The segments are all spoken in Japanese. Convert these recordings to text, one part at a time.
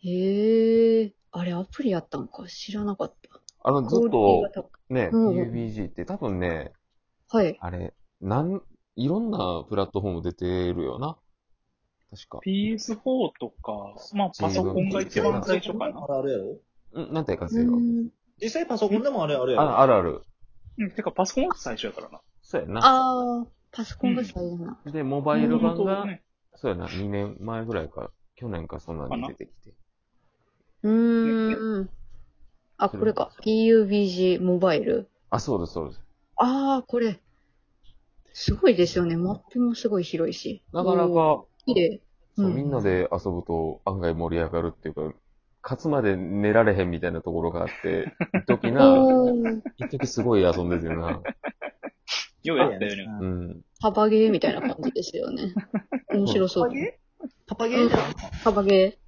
へえ、あれアプリやったんか知らなかった。あの、ずクオっリティとが高い。ね、うんうん。 UBG って多分ね、はい。あれ、なん、いろんなプラットフォーム出てるよな。確か。 PS4 とか、まあパ自ソコ分ンがで実一際出番た。最初かパソコンでもな。あれあれやろん、なんていうかうせいよ。ん。実際パソコンんでもあれあれやあろる、あるある。うん、てかパソコンが最初やからな。そうやな。ああ、パソうコンがん。最大な。で、モもバイとルも版とが、ね、そうやな、2年前ぐらいか、去年かそんなかにな。出てきて。うね、ーん。あ、そこれれもか。そう。 PUBG モバイル。あ、そうです、そうです。ああ、これ。すごいですよね。マップもすごい広いし。なかなおお、か、綺麗。うそう、みんん。なで遊ぶと案外盛り上がるっていうか、勝つまで寝られへんみたいなところがあって、 一時な、おお、一時すごい遊んでてな。ようあやれっやたね。よね。ううんん。パパゲーみたいな感じですよ ね。面そ白うパそうパだゲな。ーパパゲうーん。じゃなサバゲいー。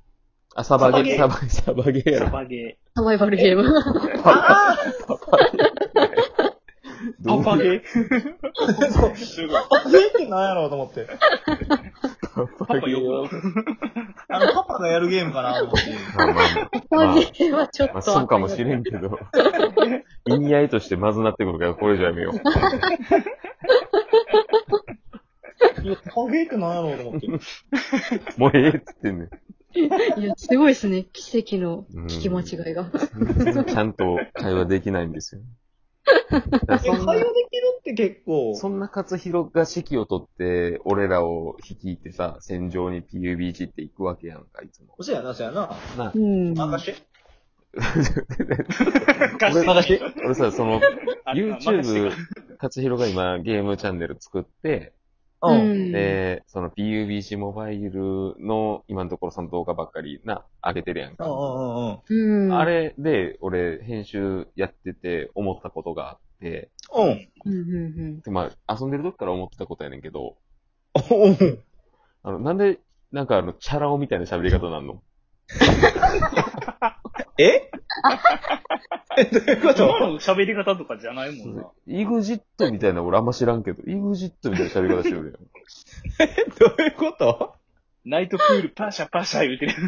あ、ササババゲ、ゲサーバ、サバゲーやサな。バゲー。サバイバルえゲーム。パパ、ああパパゲー。パどういパう、ゲー。そうすごい。パパゲーってなんやろうと思って。パパパパ ゲ呼ーぶな。は。あの、パパがやるゲームかなと思って。まあまあまあ。サバまゲあ、ーはちょまっあ、とそうあかかもんよしれんね。けど、意味合いとしてまずなってくるから、これじゃやめよう。いや、パパゲーってなんやろうと 思って。もうええっつってんねん。いや、すごいですね。奇跡のう聞き間ん。違いが。全然ちゃんと会話できないんですよ。だからえ、会そん話な、できるって結構、そんな勝弘が指揮を取って、俺らを率いてさ、戦場に PUBG って行くわけやんか、いつも。そやな、そやな。な、う任ん。して。貸し俺、て。任して。俺さ、その、あ、任してか。 YouTube、勝弘が今ゲームチャンネル作って、ううん。ん。で、その PUBG モバイルの今のところその動画ばっかりな、上げてるやんうんうか。んうんうん。うあん。れで、俺、編集やってて思ったことがあって、う。うんん。うんうんうん。でまあ、遊んでる時から思ってたことやねんけど、おうあの、なんで、なんかあの、チャラ男みたいな喋り方なんのえ え、どういうこ今との喋り方とかじゃないもんな。イグジットみたいな俺あんま知らんけど、イグジットみたいな喋り方してるどういうことナイトプールパシャパシャ言うてる。や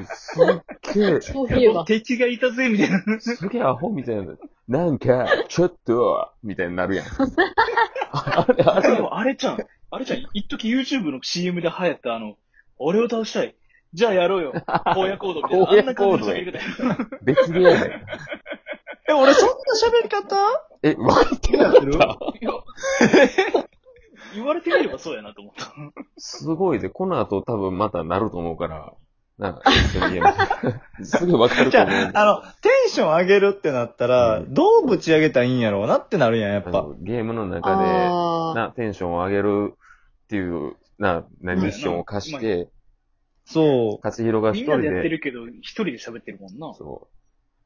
ん。うんすすっげえ、そういえおば。敵がいたぜ、みたいな。すげえアホみたいな。なんか、ちょっと、みたいにな るやん。あれ、ああれれでを、も、あれちゃん。あれちゃん、一時 YouTube の CM で流行ったあの、俺を倒したい。じゃあやろうよ。荒野行動みたいな。荒あん野な感行じの動喋やん。り方や。別でやないか。え、俺そんな喋り方え、わかってやなっかてっるたいや、言われてみればそうやなと思った。すごいで、この後多分またなると思うから、な、一緒に言えます。すぐわかるじとゃ思うんあ、で。あの、テンション上げるってなったうら、んどうぶち上げたらいいんやろうなってなるやん、やっあぱ。の、ゲームの中で、ああ。な、テンションを上げるっていう、な、な、うミッん。ションを課し今、て、そ勝弘が一みんな人でやってで、るけど、一人で喋ってるもんな。そ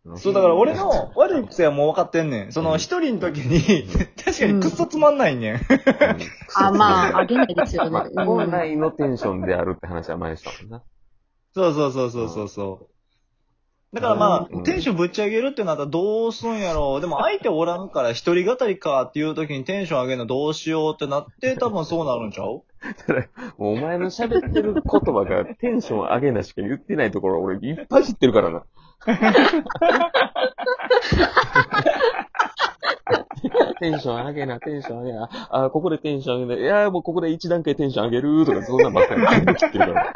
う。う。そう、だから俺うの悪い癖はもう分かってんねん。そのん。一人の時にうん。確かうにくっん。そつまんないねん。うん。クソあ、つまんまなあ、あい。げないですよ まね。あ、う本ん。来のテンションであるって話は前にしたもんな。。そうそうそうそううそうんそう。だあかられは、まああ、うテンシん。ョンぶち上げるってなったらどうすんやろう。でも相手おらんから一人語りかっていう時にテンション上げるのどうしようってなって多分そうなるんちゃうただ、もうお前の喋ってる言葉がテンション上げなしか言ってないところ俺いっぱい知ってるからな。テンション上げな、テンション上げな。あ、ここでテンション上げな。いやー、もうここで一段階テンション上げるとか、そんなんばっかり全部知ってるから。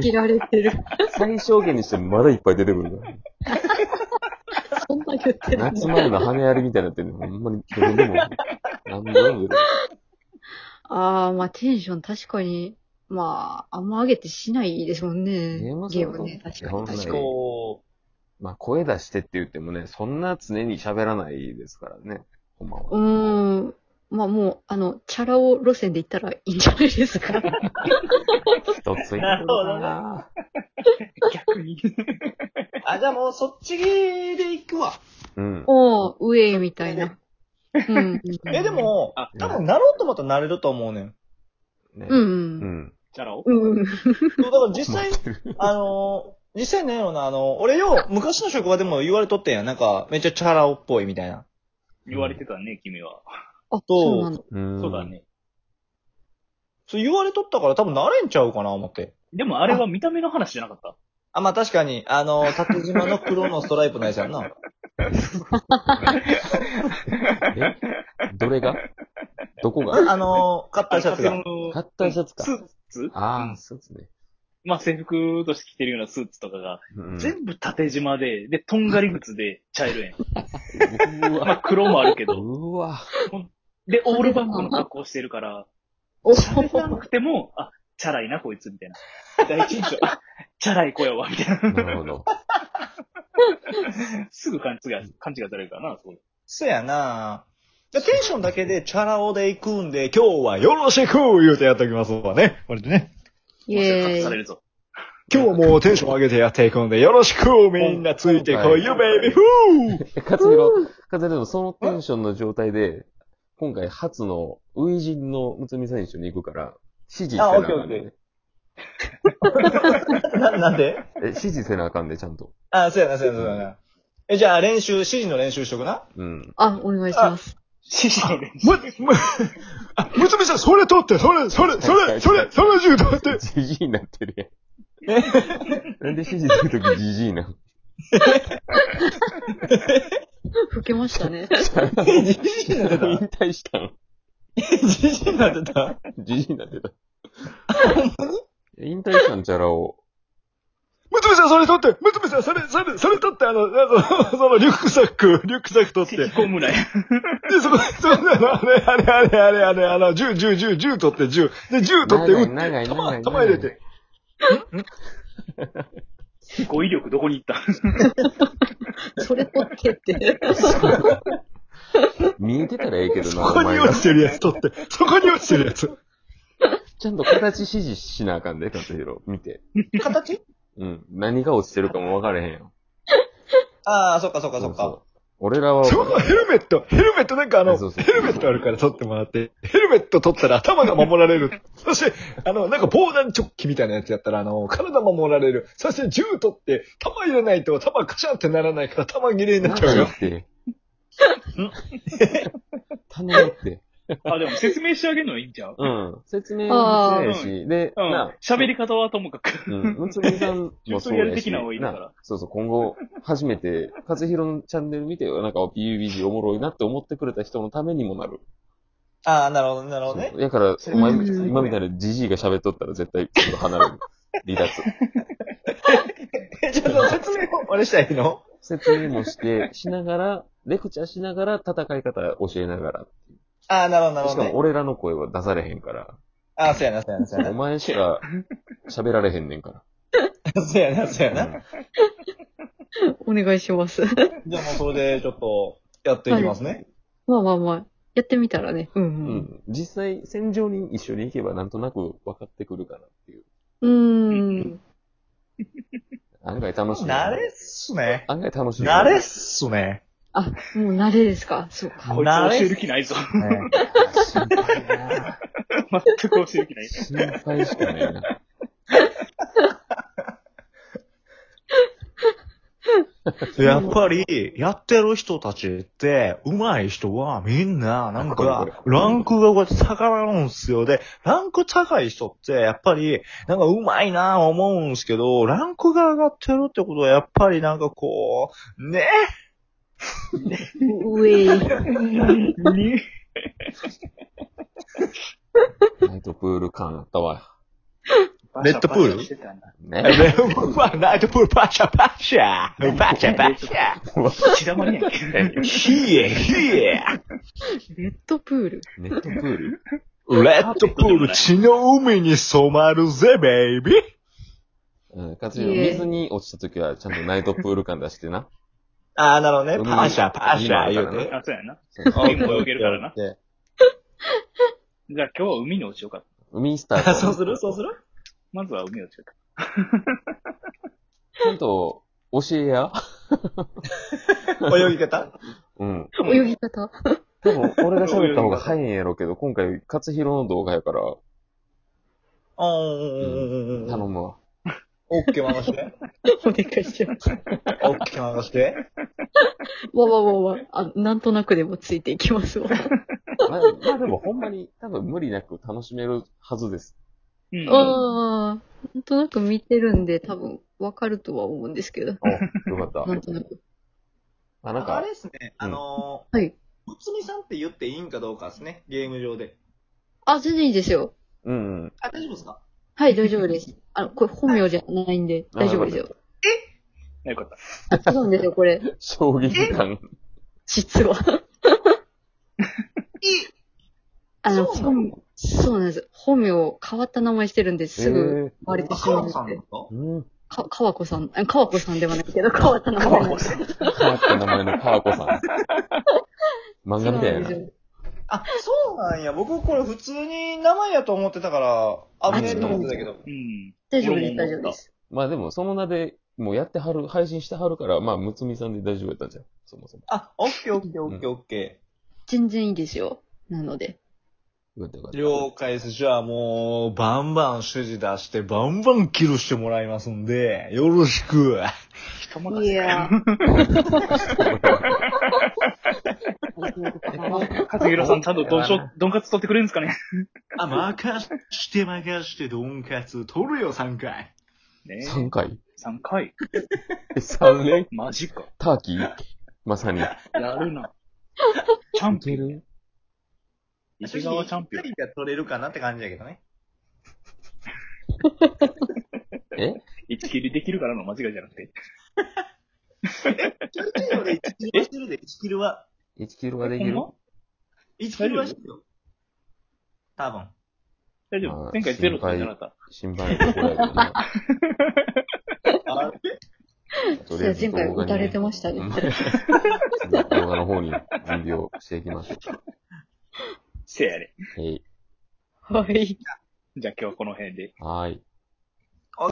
切られ てる。最小限にしてまだいっぱい出てくるから。そんな言ってるん夏だ。前の羽やりみたいになってるの、ほんまにどれでも、なんでも出てくる。ああ、まあ、テンション確かに、まあ、あんま上げてしないですもんね。ゲームはそゲうームだと思ね。確う。かに、本確かに。来、そう。まあ声出してって言ってもね、そんな常に喋らないですからね、ほんまは。うーん。まあ、もう、あの、チャラ男路線で言ったらいいんじゃないです か。人ついてなるくるほかどね。な逆に。あ、じゃあもうそっちで行くわ。うん。おー、上、みた系いで。な。うん。うえ、でん。も、あ、う多ん。分なろうと思ったらなれると思うねん。う。ね。うんん。チャラ男うん。そう、だから実困っ際、てる。あのー実際なんやろな、あのー俺よ、昔の職場でも言われとってんやん。なんか、めっちゃチャラ男っぽいみたいな。う言われん。てたね、君は。あ、そうなそんだ。うそうだん。ね。そう言われとったから多分慣れんちゃうかな、思って。でもあれは見た目の話じゃなかったあ、まあ確かに、あの、縦島の黒のストライプのやつやんな。えどれがどこがあの、カッターシャツが。カッターシャツかスーツあうあ、んそうですね。まあ制服として着てるようなスーツとかが、うん全部縦縞で、で、とんがり靴で茶色やん。うまあわ。黒もあるけ ど。うわ。で、オールバックの格好してるから、お喋らなくても、あ、チャラいなこいつみたいな。第一印象、あ、チャラい子やわ、みたいなるほど。な。 すぐ勘違い、勘違いされるからな、そういう。そやなじゃあテンションだけでチャラ男で行くんで、今日はよろしく言うてやっておきますわね。これでね。イェ隠さーれイ。るぞ。 今日もテンション上げてやっていくんで、よろしくみんなついてこいよ、ベイビーフーえ、かつみろ、かつみろ、そのテンションの状態で、今回初の、初陣のむつみさん一緒に行くから、指示せなあかあオッんケーオで。な、なんでえ、指示せなあかんで、ちゃんと。あ、そうやな、そうやな、そうやな。え、じゃあ練習、指示の練習しとくな。うん。あ、お願いします。指示の練習。む、む、あ、むつみさん、それ取って、それ、それ、それ、それ、それ、銃取って。じじいになってるやん。なんで指示するときじじいなの吹けました ね。え、 じじいになってた引退したのえ、じじいになってたじじいになってた。引退したんちゃらを。むつみさん、それ取って、むつみさん、それ、それ、それ取って、あの、あの、そのリュックサック、リュックサック取って。引き込むなよ。で、そこ、そんなの、あれ、あれ、あれ、あれ、あれ、あの、銃、銃、銃、銃取って、銃。で、銃取って、撃って、長い長い長い弾、弾入れて。語彙力どこに行ったそれ取って って。見えてたらええけどそな、おこに前が落。ちてるやつ取って、そこに落ちてるやつ。ちゃんと形指示しなあかんで、かつひろ。見て。形うん。何が落ちてるかも分からへんよ。ああ、そっかそっかそうそう。俺らは分そかのヘルメット、ヘルメットなんかあの、そうそうヘルメットあるから取ってもらって、ヘルメット取ったら頭が守られ る。そして、あの、なんか防弾チョッキみたいなやつやったら、あの、体守られる。そして銃取って、弾入れないと弾カシャンってならないから弾切れになっちゃうらよん。って。頼むって。 あ、でも説明してあげるのはいいんちゃううん。説明もしないし、で、うんな、。喋り方はともかく。うん、むつみさんもそうチュートリアルやし、的なのがいいからそうそう、今後、初めて、かつひろのチャンネル見て、なんか PUBG おもろいなって思ってくれた人のためにもなる。ああ、なるほど、なるそうだ、から、そおれ前、うん今みたいなジジイが喋っとったら絶対、ちょっと離れる。離脱。え、ちょっと説明を、あれしたらいいの説明もして、しながら、レクチャーしながら、戦い方教えながああ、なるほど、なら。しかも、俺らの声は出されへんから、ああ、そうやな、そうやな、そうお前しか喋られへんねんかな。そうやな、そうやら。うな。んお願いします。じゃあもうそれで、ちょっと、やっていきますね。まあまあまあ。やってみたらね。うんうん実際、戦場に一緒に行けばなんとなく分かってくるかなっていう。うん。うーん。案外楽しいな。慣れっすね。案外楽しいよ。慣れっすね。あ、もう慣れですか。そうか。こいつ教える気ないぞ。ね心配な全く教える気な い。心配しかないな。やっぱり、やってる人たちって、上手い人はみんな、なんこれこれか、ランクがこうやって下がるんすよ。で、ランク高い人って、やっぱり、なんか上手いなぁ思うんすけど、ランクが上がってるってことは、やっぱりなんかこう、ねうえい。にナイトプール感あったわ。レッドプールバシャバシャしてたなね。レブはナイトプールパシャパシャパシャパシャ血だまりやんけ。ヒエヒエレッドプール。ネットプールレッドプール血の海に染まるぜ、ベイビーうん。かつよ、水に落ちた時はちゃんとナイトプール感出してな。ああ、なるほどうんね。パシャパシャ言今うて。あ、そうやな。海も泳げるからな。じゃあ今日は海に落ちようか。海スタート。そうするそうするまずは海に落ちようか。ちゃんと、教えや。泳ぎ方うん。泳ぎ方。多分、俺が喋った方が早いんやろうけど、今回、勝弘の動画やから、うんうんうんうんうん。頼むわ。オッケー回 して。お願いします。オッケー回して。わわわわ。あ、なんとなくでもついていきますわ。まあ、まあでもほんまに多分無理なく楽しめるはず です。うんああ、なんとなく見てるんで、多分、わかるとは思うんですけど。お、よかったな。んとなく。まあなんあかれ、ですね、うんあのはい。ー、内海さんって言っていいんかどうかですね、ゲーム上で。あ、全然いいですよ。うんうん。あ、大丈夫ですかはい、大丈夫です。あの、これ本名じゃないんで、あ大丈夫ですよ。よかった。違うんですよ、これ。将棋感。実 は。あの、そうな本、そうなんです。本名、変わった名前してるんですぐ、え割れてしまうカんンですさんけですど。かうん。か、かわこさん、あかわこさんではないけど、変わった名前なんです。変わった名前のカーコさん。 漫そ画うなみんたいですな。よ。あ、そうなんや。僕これ普通に名前やと思ってたから、危ねえと思ってたけど。うん。大丈夫です、大丈夫です。まあでも、その名で、もうやってはる、配信してはるから、まあ、むつみさんで大丈夫やったんじゃん。そもそも。あ、オッケーオッケーオッケーオッケ全然いいですよ。なので。よかったよかっー。た了解です。じゃあもう、バンバン指示出して、バンバンキルしてもらいますんで、よろしく。人任いせやか。 ー。 かずひろさん、ちゃんとどんしょ、どんかつ取ってくれるんですかね。あ、任して任して、ドンカツ、取るよ3回。ね3回3回。 ?3 連マジか。ターキーまさに。 やるな。チャンいけピオン。る石川チャンピオン。一人が取れるかなって感じやけどね。え一切りできるからの間違いじゃなくて。ちょいちょい俺1キルはしてるで、1キルは。 ?1 キロができるほんま1キルはしてるよ。多分。大丈まあ夫。前回ゼロって言ってなかった。心配なところやけどな。あれといりあえや、ず前回動画打にたれてま したね。うん動画の方に準備をしていきましょせやれ。う。はい。はい。 じゃあ今日はこの辺で。はーい。